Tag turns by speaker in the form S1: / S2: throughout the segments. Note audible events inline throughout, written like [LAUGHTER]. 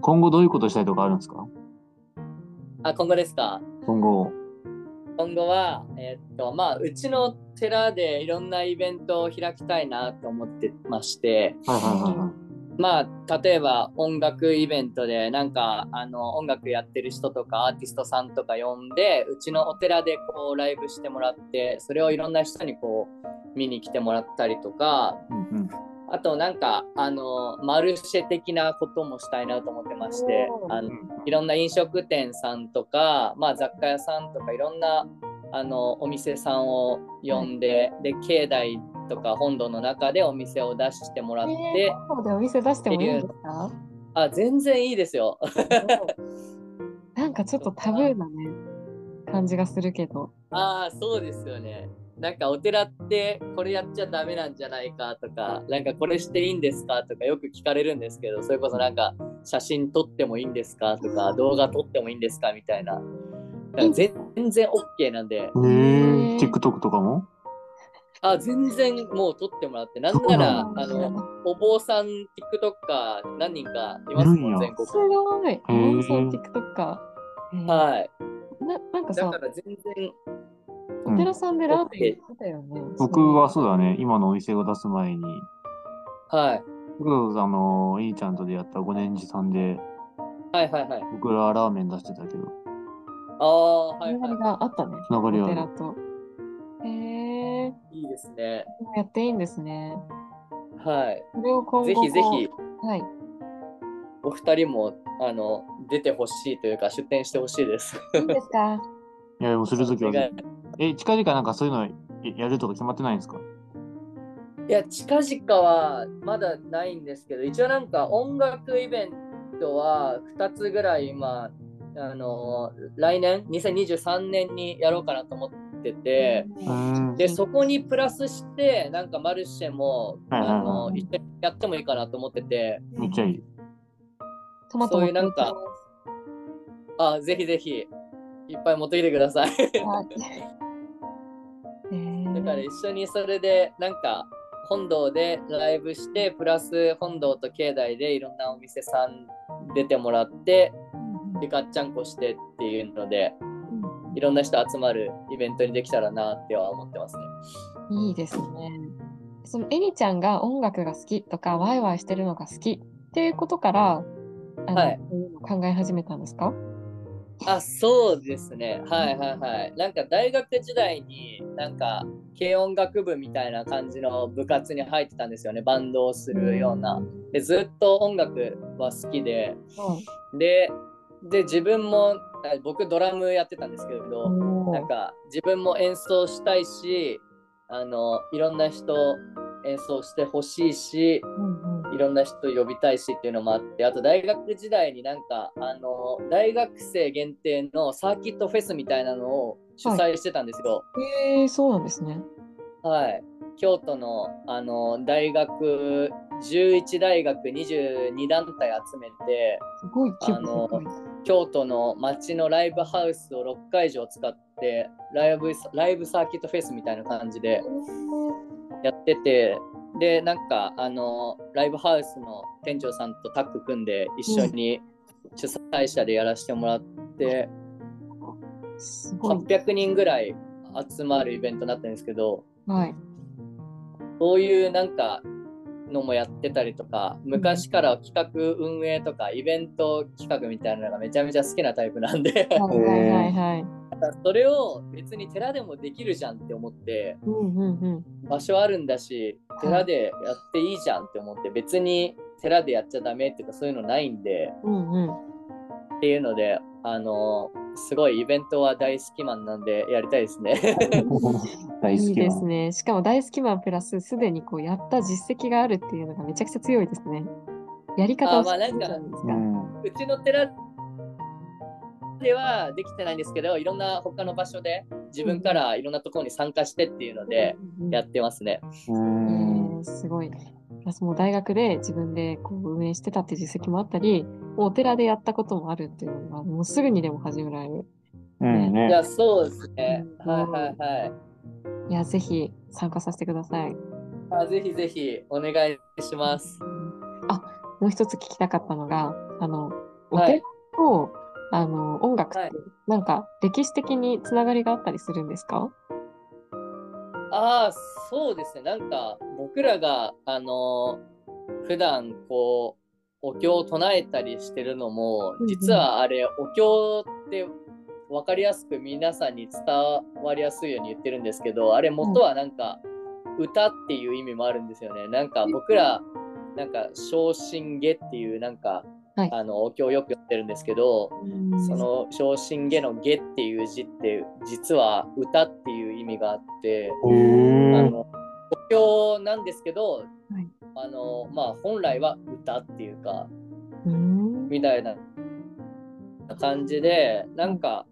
S1: 今後どういうことしたいとかあるんですか
S2: あ、今後ですか
S1: 今後。
S2: 今後は、えーっと、まあ、うちの寺でいろんなイベントを開きたいなと思ってまして、
S1: はいはいはいはい。
S2: まあ、例えば音楽イベントで、なんか、あの、音楽やってる人とか、アーティストさんとか呼んで、うちのお寺でこう、ライブしてもらって、それをいろんな人にこう、見に来てもらったりとか、
S1: うんうん。
S2: あとなんか、あの、マルシェ的なこともしたいなと思ってまして、あのいろんな飲食店さんとか、まあ、雑貨屋さんとかいろんなあのお店さんを呼んで、で境内とか本堂の中でお店を出してもらって、
S3: えーそうでお店出してもいいんです [LAUGHS] か
S2: あ全然いいですよ [LAUGHS]
S3: なんかちょっとタブーなね感じがするけど
S2: ああそうですよねなんかお寺ってこれやっちゃダメなんじゃないかとかなんかこれしていいんですかとかよく聞かれるんですけどそれこそなんか写真撮ってもいいんですかとか動画撮ってもいいんですかみたいななんか全全然 OK なんで
S1: えー、TikTok とかも
S2: あ全然もう撮ってもらってなん
S1: そう
S2: な
S1: な
S2: ら
S1: ん
S2: あのお坊さん TikToker 何人かいます
S1: いるんや
S2: もん全
S3: す
S2: 国
S3: ごい妄想 TikTok か
S2: はい
S3: ななんか
S2: だ
S3: さ
S2: から全然
S3: お寺さんでラーメン行ってたよね
S1: 僕はそうだね、今のお店を出す前に、
S2: はい
S1: 僕らあの、いいちゃんとでやった5年次さんで、
S2: はいはいはい
S1: 僕らラーメン出してたけど、
S2: ああー
S3: つ
S2: はい
S3: ながり
S2: は
S3: があったね
S1: つながり
S3: お
S1: あ
S3: 寺
S1: る。
S3: とへえー、
S2: いいいですね
S3: やっていいんですね
S2: はい
S3: それを今後
S2: ぜひぜひ
S3: ひはい
S2: お二人もあの出てほしいというか出店してほしいです
S3: いいですか
S1: いや、でもするときは
S2: お願
S1: ぜ
S2: い
S1: ひ。え、近々なんかそういうのややるとか決まってないんですか
S2: いや近々はまだないんですけど一応なんか音楽イベントは2つぐらい今あの来年2023年にやろうかなと思ってて、
S1: うーん。
S2: でそこにプラスしてなんかマルシェも、
S1: はいはいはい
S2: あの一緒にやってもいいかなと思ってて
S1: めっちゃいい。
S3: トマト
S2: そういうなんかあぜひぜひいっぱい持ってきてく
S1: [LAUGHS]
S2: ださい
S3: はいえー [LAUGHS]
S2: だから一緒にそれでなんか本堂でライブしてプラス本堂と境内でいろんなお店さん出てもらってでガッチャンコしてっていうのでいろんな人集まるイベントにできたらなっては思ってますね
S3: いいですね。そのエリちゃんが音楽が好きとかワイワイしてるのが好きっていうことから、あの
S2: はい
S3: こういうの考え始めたんですか？
S2: あそうですねはいはいはいなんか大学時代になんか軽音楽部みたいな感じの部活に入ってたんですよねバンドをするようなでずっと音楽は好きで
S3: はい。
S2: でで自分もあ僕ドラムやってたんですけれど、
S3: お
S2: なん
S3: ー
S2: か自分も演奏したいしあのいろんな人演奏してほしいし
S3: うんうん
S2: いろんな人呼びたいしっていうのもあってあと大学時代になんかあの大学生限定のサーキットフェスみたいなのを主催してたんですよ。
S3: えー、そうなんですね。
S2: はい、京都のあの大学11大学22団体集めて
S3: すごい規模
S2: あ京都の街のライブハウスを6会場使ってライブライブサーキットフェスみたいな感じでやっててでなんかあのライブハウスの店長さんとタッグ組んで一緒に主催者でやらせてもらって、
S3: すごい。
S2: 800人ぐらい集まるイベントになったんですけど
S3: はい。
S2: そういうなんかのもやってたりとか昔から企画運営とかイベント企画みたいなのがめちゃめちゃ好きなタイプなんで [LAUGHS]
S3: はいはいはいはい。
S2: それを別に寺でもできるじゃんって思って。
S3: うんうんうん。
S2: 場所あるんだし寺でやっていいじゃんって思って別に寺でやっちゃダメっていうかそういうのないんで
S3: うんうん。
S2: っていうのであのすごいイベントは大好きマンなんでやりたいですね [LAUGHS]
S1: 大
S3: い
S1: 好
S3: い
S1: き
S3: で
S1: な。
S3: すね。しかも大好きマンプラスすでにこうやった実績があるっていうのがめちゃくちゃ強いですね。やり方を
S2: あまあ
S3: 知ってるじゃ
S2: な
S3: なんいです
S1: う
S3: か。
S1: ん。
S2: うちの寺ではできてないんですけどいろんな他の場所で自分からいろんなところに参加してっていうので
S3: うんうん
S2: やってますね
S3: え
S1: うん。
S3: ーすごい。私も大学で自分でこう運営してたっていう実績もあったり、もうお寺でやったこともあるっていうのが、もうすぐにでも始められる。
S1: うん
S2: いや
S1: ね。
S2: そうですね
S3: うん
S2: はいはいはい
S3: いや、ぜひ参加させてください。
S2: あぜひぜひお願いします
S3: あ、もう一つ聞きたかったのが、あの、お
S2: はい
S3: 寺と、あの音楽っ
S2: は
S3: て
S2: い
S3: なんか歴史的につながりがあったりするんですか、
S2: ああそうですねなんか僕らがあの普段こうお経を唱えたりしてるのも
S3: うんうん
S2: 実はあれお経って分かりやすく皆さんに伝わりやすいように言ってるんですけどあれ元はなんか歌っていう意味もあるんですよねなんか僕らなんか「昇進下」っていうなんか、
S3: はい
S2: あのお経をよくやってるんですけどその昇進下の下っていう字って実は歌っていう意味があって、
S1: へ
S2: あ
S1: え。
S2: のお経なんですけど、
S3: い
S2: あのまあ本来は歌っていうか
S3: うん
S2: みたいな感じでなんか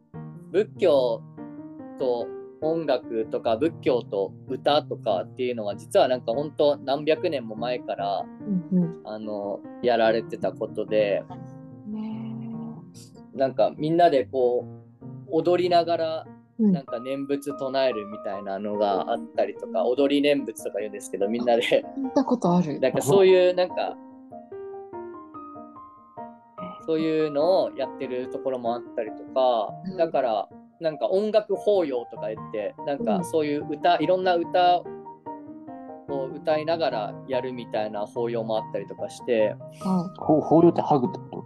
S2: 仏教と音楽とか仏教と歌とかっていうのは実はなんか本当何百年も前から
S3: うん
S2: あのやられてたことで
S3: うんね
S2: なんかみんなでこう踊りながら
S3: えうん
S2: なんか念仏唱えるみたいなのがあったりとか踊り念仏とか言うんですけどみんなで
S3: 聞いたことある
S2: なんかそういうなんかそういうのをやってるところもあったりとか
S3: うん
S2: だからなんか音楽法要とか言ってなん
S3: う
S2: か
S3: ん
S2: そういう歌いろんな歌を歌いながらやるみたいな法要もあったりとかして
S3: は
S1: ほ法要ってハグってこ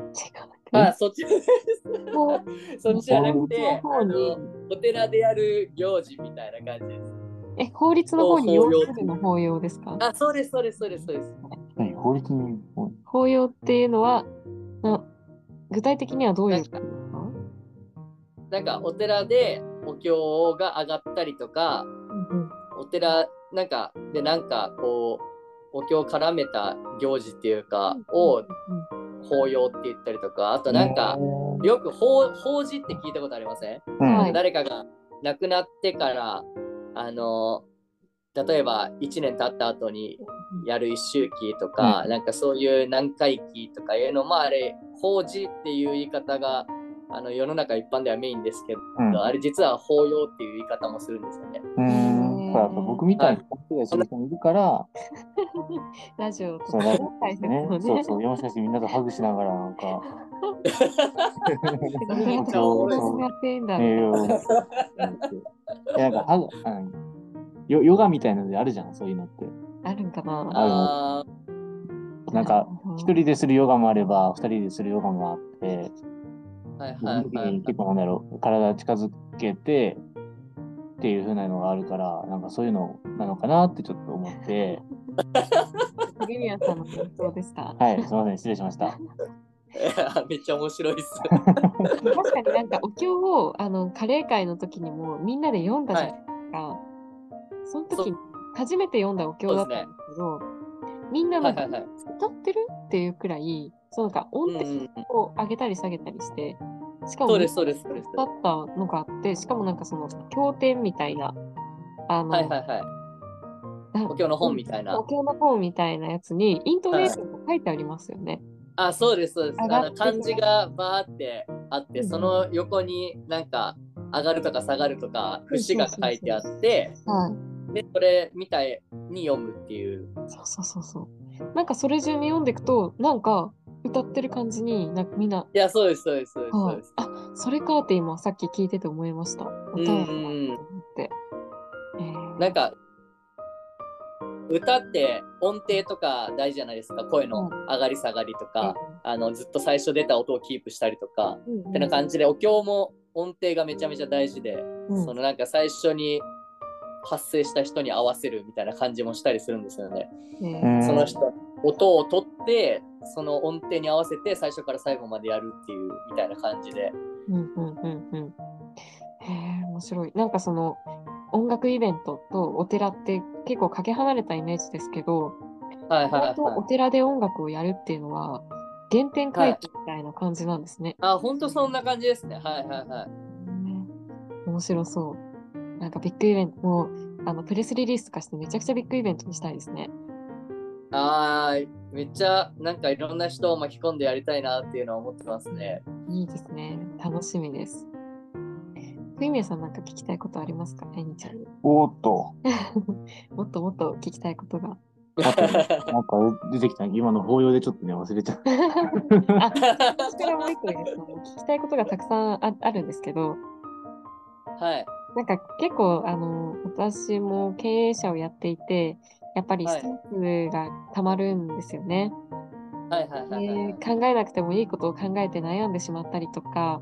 S3: い違
S2: まあそっち [LAUGHS]
S3: うもう
S2: そっちじゃなくて
S3: 法
S2: あ
S3: 要の方
S2: のお寺でやる行事みたいな感じです。
S3: え法律の方に要
S2: 法要
S3: するの法要ですか
S2: あそうですそうですそうですそうです。
S1: と何法律にほ
S3: 法要っていうのはな具体的にはどういうことですか
S2: なんかお寺でお経が上がったりとか
S3: うん
S2: お寺なんかでなんかこうお経を絡めた行事っていうか
S3: う
S2: を
S3: ん
S2: 法要って言ったりとかあとなんかよく法法事って聞いたことありません、
S1: うん
S3: はい
S2: 誰かが亡くなってからあの例えば1年経った後にやる一周期とか、なんかそういう何回期とかいうのもあれ法事っていう言い方があの世の中一般ではメインですけど、
S1: うん
S2: あれ実は法要っていう言い方もするんですよね。
S1: うーん。そうやっぱ僕みたいに勘違いする人もいるから、
S3: ラジオと
S1: そ
S3: か
S1: うラジ
S3: 大切
S1: ね
S3: も、ね
S1: そうそう、山下氏みんなとハグしながらなんか、
S3: すごい
S2: めっちゃ
S1: お経
S2: おも
S1: を
S2: ろい
S1: そ
S3: そううやってんだ、
S1: ええなんか、ハグ、うんヨヨガみたいなのであるじゃん、そういうのって。
S3: あるんかな
S2: あー
S1: なんか、一
S3: 人
S1: 人でするヨガもあれば、二人でするヨガもあって、
S2: はい
S1: そ
S2: は
S1: の
S2: い
S1: 時
S2: はい
S1: に結構なんだろう、体近づけて、っていう風なのがあるから、なんかそういうのなのかなってちょっと思って、
S3: 杉宮さんの感想でした
S1: はい、すいません、失礼しました。
S2: はい。 [LAUGHS] めっちゃ面白いっす。 [LAUGHS]
S3: 確かになんかお経をあのカレー会の時にもみんなで読んだじゃないですか、その時に初めて読んだお経だったんですけどみんな
S2: は
S3: なん
S2: い
S3: か
S2: はいはい。
S3: 歌ってるっていうくらいそうなんか
S2: う
S3: 音
S2: んう
S3: 程
S2: ん、
S3: を上げたり下げたりしてしかも
S2: そうですそうですそうです。
S3: だ
S2: は
S3: ったのがあってしかもなんかその経典みたいなあの、
S2: いはいはい。
S3: なん
S2: お経の本みたいな
S3: お経の本みたいなやつにイントネーションが書いてありますよね。
S2: あ、そうですそうです。
S3: 上が
S2: あ
S3: って
S2: の漢字がバーってあって、その横になんか上がるとか下がるとか節が書いてあって、
S3: はい、
S2: でそれみたいに読むっていう。
S3: そうそうそうそう。なんかそれ順に読んでいくとなんか歌ってる感じになんかみんな、
S2: いや、そうですそうですそうですそ
S3: は
S2: う
S3: い
S2: です。
S3: あそれかって今さっき聞いてて思いました。
S2: ん
S3: 歌をと思って。えー
S2: なんか歌って音程とか大事じゃないですか。声の上がり下がりとか、あのずっと最初出た音をキープしたりとか。
S3: うんうん
S2: ってな感じでお経も音程がめちゃめちゃ大事で、
S3: うん
S2: そのなんか最初に発生した人に合わせるみたいな感じもしたりするんですよね。
S3: え
S1: う
S3: ー
S1: ん
S2: その人音を取ってその音程に合わせて最初から最後までやるっていうみたいな感じで。
S3: うんうんうんうん。へえ、面白い。なんかその音楽イベントとお寺って結構かけ離れたイメージですけど、
S2: はいはい
S3: 本当お
S2: はい。
S3: 寺で音楽をやるっていうのは原点回帰みたいな感じなんですね。
S2: あ本当そんな感じですね。はいはいはい。
S3: ね面白そう。なんかビッグイベントもあのプレスリリースとかしてめちゃくちゃビッグイベントにしたいですね。
S2: あーめっちゃなんかいろんな人を巻き込んでやりたいなっていうのは思ってますね。
S3: いいですね。楽しみです。ふいみやさんなんか聞きたいことありますかえにちゃんに。
S1: おーっと、
S3: もっともっと聞きたいことが。
S1: あ
S2: [LAUGHS]
S1: と、なんか出てきた、今の抱擁でちょっとね、忘れちゃった。
S2: [LAUGHS]
S3: あ、私からもう一個いいですか聞きたいことがたくさんああるんですけど、
S2: はい。
S3: なんか結構あの私も経営者をやっていてやっぱり
S2: はい
S3: ストレスがたまるんですよね、
S2: はいはいはいはいはい
S3: で考えなくてもいいことを考えて悩んでしまったりとか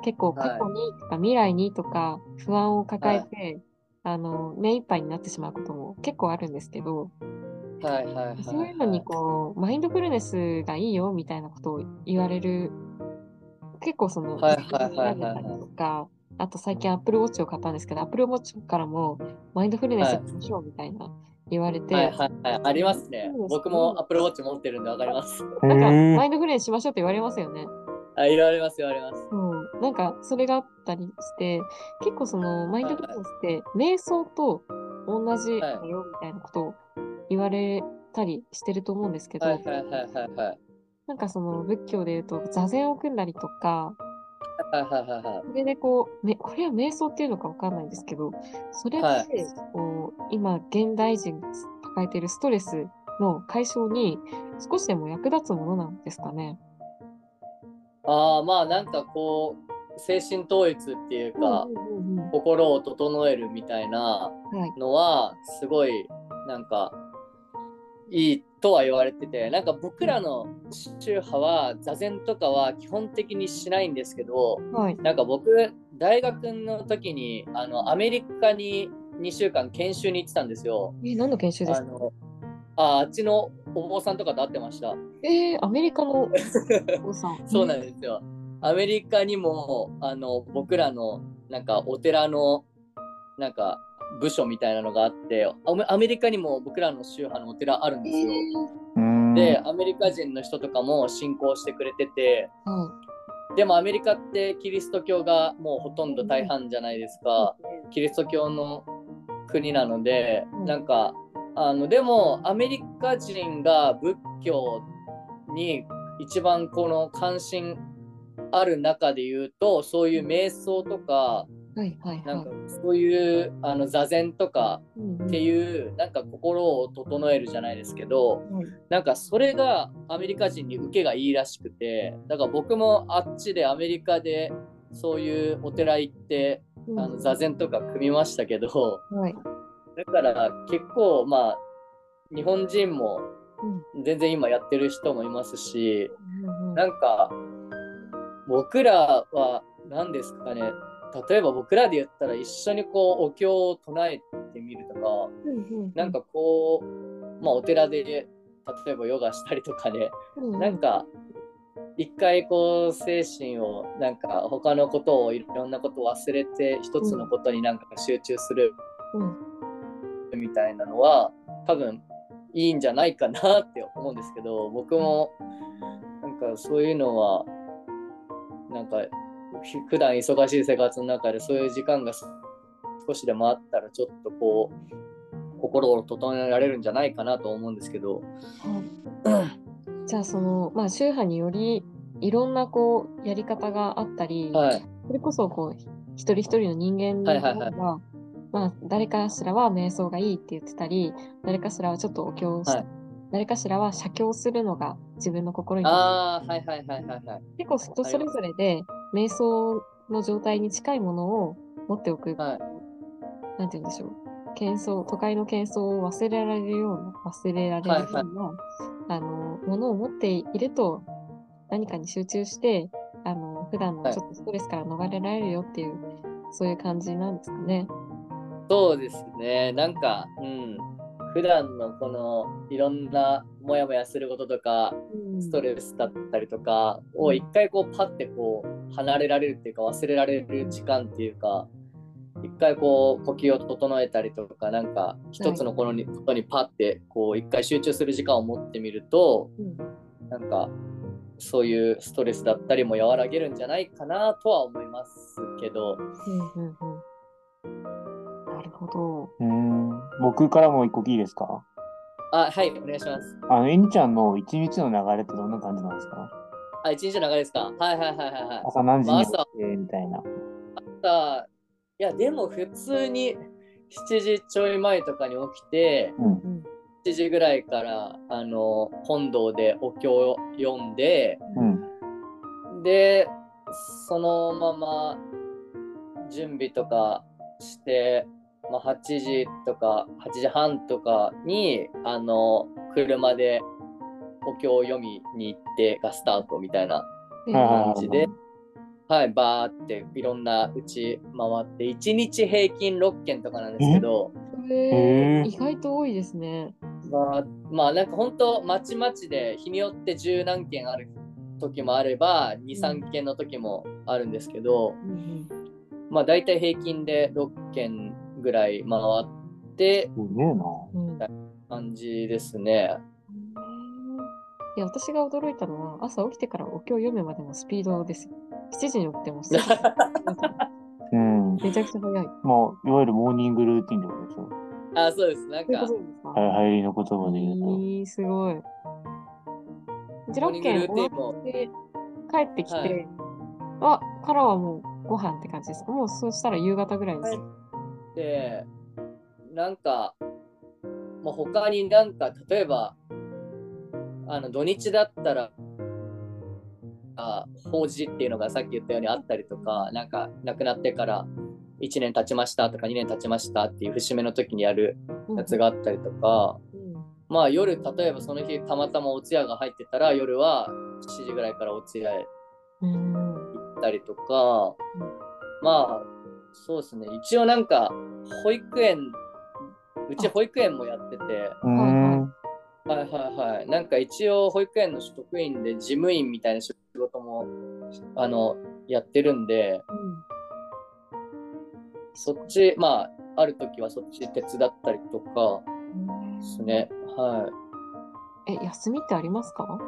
S3: 結構過去にとか未来にとか不安を抱えて、あの目いっぱいになってしまうことも結構あるんですけど
S2: はいはいはい。
S3: そういうのにこうマインドフルネスがいいよみたいなことを言われる結構その
S2: はいはいはいはいはい
S3: 選んでたりとかあと最近 Apple Watch を買ったんですけど Apple Watch からもマインドフルネスやりましょうみたいな言われて、
S2: はいはいはい。ありますね
S3: そうですね。
S2: 僕も Apple Watch 持ってるんでわかります。 [LAUGHS]
S3: なんか
S1: へー
S3: マインドフルネスしましょうって言われますよね。
S2: あ、言われます言われます。
S3: そうなんかそれがあったりして結構そのマインドフルネスって瞑想と同じだよみたいなことを言われたりしてると思うんですけど、
S2: はいはいはいはいはい。
S3: なんかその仏教で言うと座禅を組んだりとか
S2: はいはいはいはい。
S3: それでこう、めこれは瞑想っていうのかわかんないんですけど、それ
S2: は
S3: っ
S2: い
S3: て、こう今、現代人が抱えているストレスの解消に少しでも役立つものなんですかね。
S2: ああ、まあなんかこう、精神統一っていうか、
S3: うんうんうん
S2: 心を整えるみたいな
S3: はい。
S2: のは、すごい、なんか、いいとは言われてて、なんか僕らの宗派は、座禅とかは基本的にしないんですけど、
S3: はい。
S2: なんか僕、大学の時に、あの、アメリカに2週間研修に行ってたんですよ。
S3: え、何の研修です
S2: あ
S3: か
S2: のああっちのお坊さんとかと会ってました。
S3: えー、アメリカのお父さん。
S2: [LAUGHS] そうなん
S3: で
S2: ですよ。アメリカにもあの僕らのなんかお寺のなんか部署みたいなのがあってアメアメリカにも僕らの宗派のお寺あるんですよ。
S1: うーん
S2: でアメリカ人の人とかも信仰してくれてて
S3: は
S2: でもアメリカってキリスト教がもうほとんど大半じゃないですか。
S3: い。
S2: キリスト教の国なので、
S3: うん
S2: なんかあのでもアメリカ人が仏教に一番この関心ある中で言うとそういう瞑想とか
S3: はいはい
S2: なんか
S3: は
S2: そういうあの座禅とか
S3: い。うんうん
S2: っていうなんか心を整えるじゃないですけど
S3: はい
S2: なんかそれがアメリカ人に受けがいいらしくてだから僕もあっちでアメリカでそういうお寺行ってあの座禅とか組みましたけど
S3: はい。
S2: だから結構まあ日本人も
S3: うん
S2: 全然今やってる人もいますし
S3: うんうん
S2: なんか僕らは何ですかね例えば僕らで言ったら一緒にこうお経を唱えてみるとか
S3: うんうん
S2: なんかこうまあお寺で例えばヨガしたりとかで
S3: うんうん
S2: なんか一回こう精神をなんか他のことをいろんなことを忘れて一つのことになんか集中する
S3: うん
S2: みたいなのは多分いいんじゃないかなって思うんですけど僕もなんかそういうのはなんかひ普段忙しい生活の中でそういう時間がす少しでもあったらちょっとこう心を整えられるんじゃないかなと思うんですけど。
S3: じゃあその、まあ、宗派によりいろんなこうやり方があったり、
S2: はい、
S3: それこそこう一人一人の人間
S2: はい
S3: が、
S2: はいはい
S3: まあ、誰かしらは瞑想がいいって言ってたり誰かしらはちょっとお経をして、
S2: はい
S3: 誰かしらは写経するのが自分の心に
S2: ああはいはいはいはいはい。
S3: 結構人それぞれで瞑想の状態に近いものを持っておく、
S2: はい
S3: なんて言うんでしょう喧騒都会の喧騒を忘れられるような忘れられるような、
S2: はいは
S3: あのものを持っていると何かに集中してあの普段の
S2: はい
S3: ちょっとストレスから逃れられるよっていう、そういう感じなんですかね。
S2: そうですね。なんか、うん。普段のこのいろんなモヤモヤすることとか、ストレスだったりとかを一回こうパッてこう離れられるっていうか忘れられる時間っていうか、一回こう呼吸を整えたりとか、なんか一つのこのにことにパッてこう一回集中する時間を持ってみると、
S3: うん
S2: なんかそういうストレスだったりも和らげるんじゃないかなとは思いますけど。
S3: うんうんうんなるほど。
S1: うーん僕からも一個いいですか
S2: あ、はい、お願いします。
S1: あの、えにちゃんの一日の流れってどんな感じなんですか
S2: あ、一日の流れですか。はいはいはいはいはい。
S1: 朝何時
S2: まあ
S1: に起き
S2: 朝
S1: てみたいな。
S2: 朝いや、でも普通に7時ちょい前とかに起きて、
S1: うん。
S3: うん
S2: 7時ぐらいからあの本堂でお経を読んで
S1: うん。
S2: でそのまま準備とかして、まあ、8時とか8時半とかにあの車でお経を読みに行ってがスタートみたいな
S3: え
S1: はいはい
S2: 感じで、はい、バーっていろんなうち回って1日平均6件とかなんですけど、
S3: え
S1: へー
S3: ー意外と多いですね。
S2: まあ、まあなんか本当まちまちで日によって十何件ある時もあれば23件の時もあるんですけど、
S3: うん
S2: まあ大体平均で6件ぐらい回って
S1: すげえな。
S3: うんうん
S2: 感じですね。
S3: いや私が驚いたのは朝起きてからお経を読むまでのスピードですよ。7時に起きても7時に起
S2: [LAUGHS]
S3: きても
S1: うん。
S3: めちゃくちゃ早い。
S1: まあ、いわゆるモーニングルーティンってことでしょ。
S2: あそうですなん
S3: そういう
S2: か
S3: ことですか
S1: は。い、入りの言葉で言うと。
S3: えー、すごい。ジロ
S2: モーニ
S3: ッ
S2: ング
S3: ケ
S2: ル
S3: ン
S2: ーティンも
S3: で帰ってきて、
S2: はい
S3: はからはもうご飯って感じですかもうそうしたら夕方ぐらいです。
S2: でなんか、まあ、他になんか例えばあの土日だったらあ法事っていうのがさっき言ったようにあったりとかなんか亡くなってから1年経ちましたとか2年経ちましたっていう節目の時にやるやつがあったりとか、
S3: うん
S2: まあ夜例えばその日たまたまお通夜が入ってたら夜は7時ぐらいからお通夜へ
S3: うん
S2: 行ったりとか、
S3: うん
S2: まあそうですね一応なんか保育園うち保育園もやってて
S1: うー
S3: はいは
S1: ん。
S2: はいはいはいなんか一応保育園の職員で事務員みたいな仕事もあのやってるんでそっちまあある時はそっち手伝ったりとか
S3: うん
S2: ですねはい
S3: え、休みってありますか、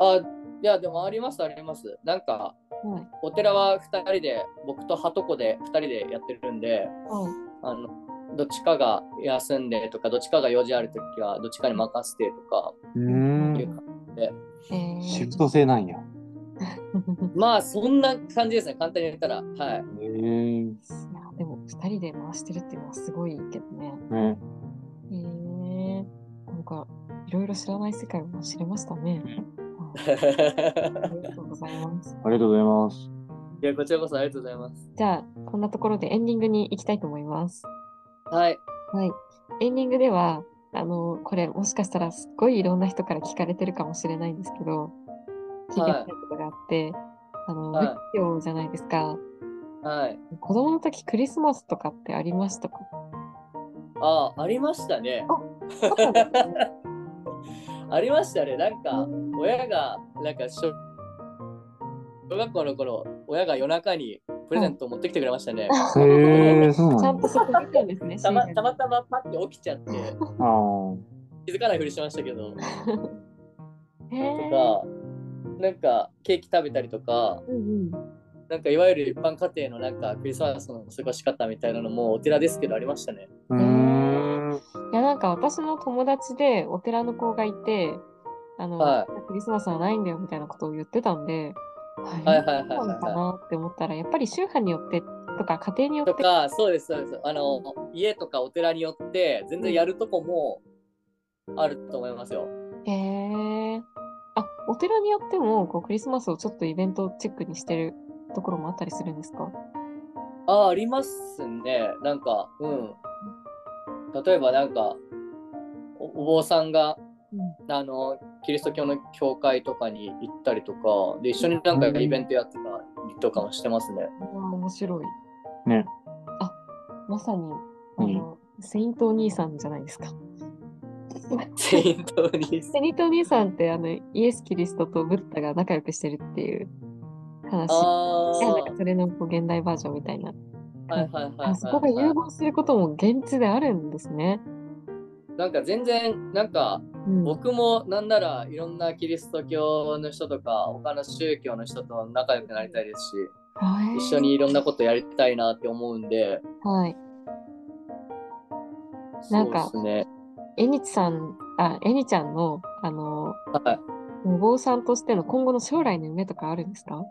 S2: あいやでもありますありますなんか
S3: はい
S2: お寺は2人で僕とハトコで2人でやってるんで
S3: はい、
S2: あのどっちかが休んでとかどっちかが用事あるときはどっちかに任せてとか
S1: う
S2: い
S1: ー。
S2: うん感じで、
S3: えー
S1: シフト制なんや。
S2: まあそんな感じですね簡単に言ったらはい [LAUGHS]
S1: へえ。
S3: いやでも2人で回してるっていうのはすごいけどね。
S1: ね。
S3: えー、なんかいろいろ知らない世界も知れましたね。はいありがとうございます。 [LAUGHS]
S1: ありがとうございます。
S2: いやこちらこそありがとうございます
S3: じゃあ、こんなところでエンディングに行きたいと思います。
S2: はい
S3: はい。エンディングでは、あの、これもしかしたらすっごいいろんな人から聞かれてるかもしれないんですけど、聞いてみたいことがあって、あの、
S2: はい
S3: 仏教じゃないですか。
S2: はい
S3: 子供の時クリスマスとかってありましたか
S2: あありましたね
S3: あったんですかね
S2: ありましたねなんか [LAUGHS] 親がなんか小小学校の頃親が夜中にプレゼントを持ってきてくれましたね、
S1: へえ、そう
S3: ち
S1: な
S3: ゃ
S1: ん
S3: ん
S1: や。
S3: とそこ見 [LAUGHS] たんですね。
S2: たま
S3: シーズン
S2: たまたまパッて起きちゃって
S1: ああ。
S2: 気づかないふりしましたけど
S3: へー
S2: とか、なんかケーキ食べたりとか、
S3: うんうん。
S2: なんかいわゆる一般家庭のなんかクリスマスの過ごし方みたいなのもお寺ですけどありましたね。
S1: うーん。
S3: いやなんか私の友達でお寺の子がいて、あの、
S2: は
S3: クリスマスはないんだよみたいなことを言ってたんで、
S2: は
S3: はい
S2: はいはいはい
S3: そうなのかなって思ったら、やっぱり宗派によってとか家庭によ
S2: と
S3: って、
S2: か、そうですそうです。あの家とかお寺によって全然やるとこもあると思いますよ。
S3: へえ。あ、お寺によってもこうクリスマスをちょっとイベントチックにしてるところもあったりするんですか
S2: あありますね。なんかうん。例えばなんかおお坊さんが
S3: う
S2: あのキリスト教の教会とかに行ったりとかで一緒になんかイベントやってたりとかもしてますね。
S3: [LAUGHS] ん。面白い。
S1: ね。
S3: あ、まさに、あ
S1: うん
S3: の、セイントお兄さんじゃないですか。
S2: セイントお兄さん
S3: セニト兄さんってあのイエス・キリストとブッダが仲良くしてるっていう話。
S2: あ
S3: いやなんかそれのこう現代バージョンみたいな。
S2: あ、はいはいはいはいはい。
S3: あそこが融合することも現地であるんですね。
S2: なんか全然、なんか
S3: うん、
S2: 僕もなんならいろんなキリスト教の人とか、他の宗教の人と仲良くなりたいですし、
S3: はい
S2: 一緒にいろんなことやりたいなって思うんで、
S3: はい。
S2: そ
S3: なん
S2: う
S3: か
S2: ですね。
S3: えにちさん、あ、えにちゃんの、あの、
S2: はい。
S3: お坊さんとしての今後の将来の夢とかあるんですか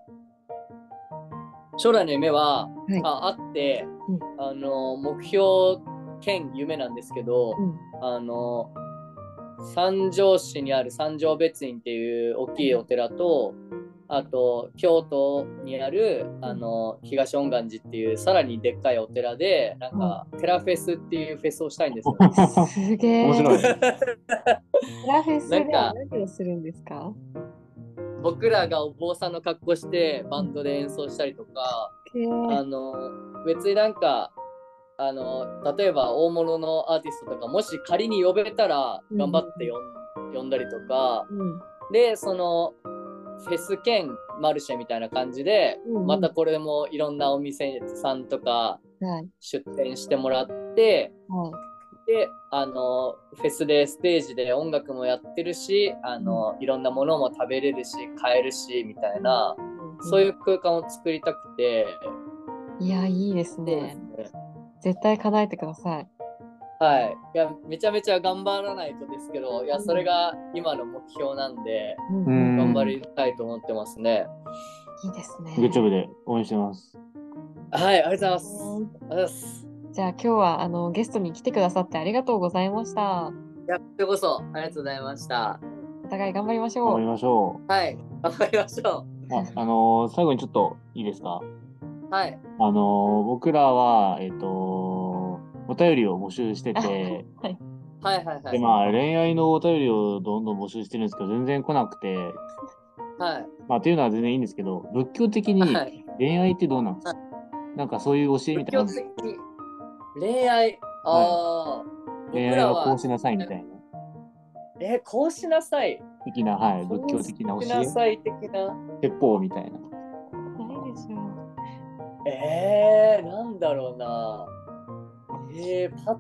S2: 将来の夢は、
S3: い
S2: ああって、
S3: うん
S2: あの目標兼夢なんですけど、
S3: うん。
S2: あの三条市にある三条別院っていう大きいお寺と、あと京都にあるあの東恩願寺っていうさらにでっかいお寺でなんかテラフェスっていうフェスをしたいんですよ。
S3: [LAUGHS] すげ
S1: [LAUGHS]
S3: え。
S1: 面白い。
S3: フラフェスで
S2: なんか
S3: は何をするんですか
S2: 僕らがお坊さんの格好してバンドで演奏したりとか、
S3: へ
S2: あ
S3: ー
S2: の別になんかあの例えば大物のアーティストとかもし仮に呼べたら頑張って呼ん,、呼んだりとか
S3: うん
S2: でそのフェス兼マルシェみたいな感じで
S3: うんうん
S2: またこれもいろんなお店さんとか
S3: はい
S2: 出店してもらって
S3: はい
S2: であのフェスでステージで音楽もやってるしあのいろんなものも食べれるし買えるしみたいなそういう空間を作りたくて。
S3: いやいいですね。
S2: そうですね
S3: 絶対叶えてください。
S2: はい、いやめちゃめちゃ頑張らないとですけどいやそれが今の目標なんで
S3: うん
S1: うん
S2: 頑張りたいと思ってますね、
S3: いいですね。
S1: YouTube で応援してます。
S2: はいありがとうございますありがとうございます
S3: じゃあ今日はあのゲストに来てくださってありがとうございました。
S2: いやこちらこそありがとうございました
S3: お互い頑張りまし
S1: 頑
S3: ょ
S1: 張り
S3: う。
S1: ましょ
S2: はい頑張りましょ
S1: う。あ、あのー最後にちょっといいですか
S2: うはい
S1: あのー僕らは、えっ、とお便りを募集してて、
S2: はいはいは
S1: で、
S2: い
S1: まあ、恋愛のお便りをどんどん募集してるんですけど、全然来なくて、
S2: はい
S1: まあ、っていうのは全然いいんですけど、仏教的に
S2: はい
S1: 恋愛ってどうなんですか、なんかそういう教えみ
S2: 仏
S1: たいな
S2: 教
S1: のあるんです
S2: 的
S1: か。
S2: 恋愛ああ、僕
S1: 恋愛
S2: ら
S1: はこ
S2: は
S1: うしなさいみたいな。
S2: えこうしなさい
S1: 的な、はい、仏教的な
S2: こうし
S1: 教
S2: な
S1: え。
S2: さい的な
S1: 鉄砲みたいな。
S2: [LAUGHS]
S3: ないでしょ
S2: えー、なんだろうな。えー、パッ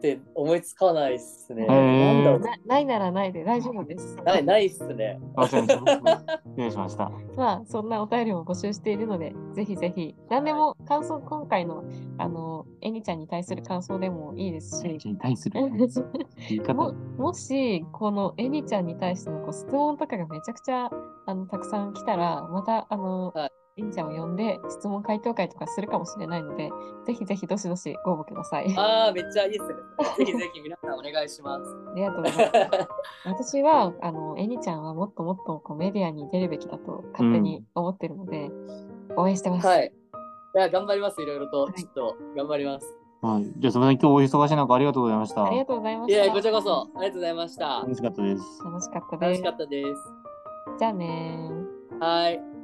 S2: て思いつかないっすね。
S1: へー
S2: なんだろ
S3: う。
S2: う
S3: なないならないで大丈夫です。
S2: ない、ないっすね。
S1: すいません失礼しました。
S3: まあそんなお便りも募集しているので、ぜひぜひ何でも感想、今回のあのえにちゃんに対する感想でもいいですし。
S1: に対
S2: [LAUGHS]
S1: する言い
S3: も
S1: 方。
S3: もしこのえにちゃんに対してのこう質問とかがめちゃくちゃあのたくさん来たらまたあの、
S2: はい
S3: えにちゃんを呼んで質問回答会とかするかもしれないのでぜひぜひどしどしご応募ください。 [LAUGHS] あ
S2: あー、めっちゃいいっすね。ぜひぜひ皆さんお願いします。
S1: [LAUGHS]
S3: りがとうございます。私はあのえにちゃんはもっともっとこうメディアに出るべきだと勝手に思ってるので、応援してます。
S2: はい。いや、頑張ります。いろいろと
S3: は。い
S2: ちょっと、頑張ります。
S1: はい、じゃあ、すみません、今日お忙しい中、ありがとうございました。
S3: ありが
S1: 楽
S3: とうございま
S2: い
S3: し
S2: やい
S3: た。
S2: や、こちらこそ、ありがとうございました。
S1: しかったです。
S3: 楽しかった
S2: 楽
S3: で
S2: し
S3: す
S2: か。ったです。
S3: じゃあねー。
S2: はい。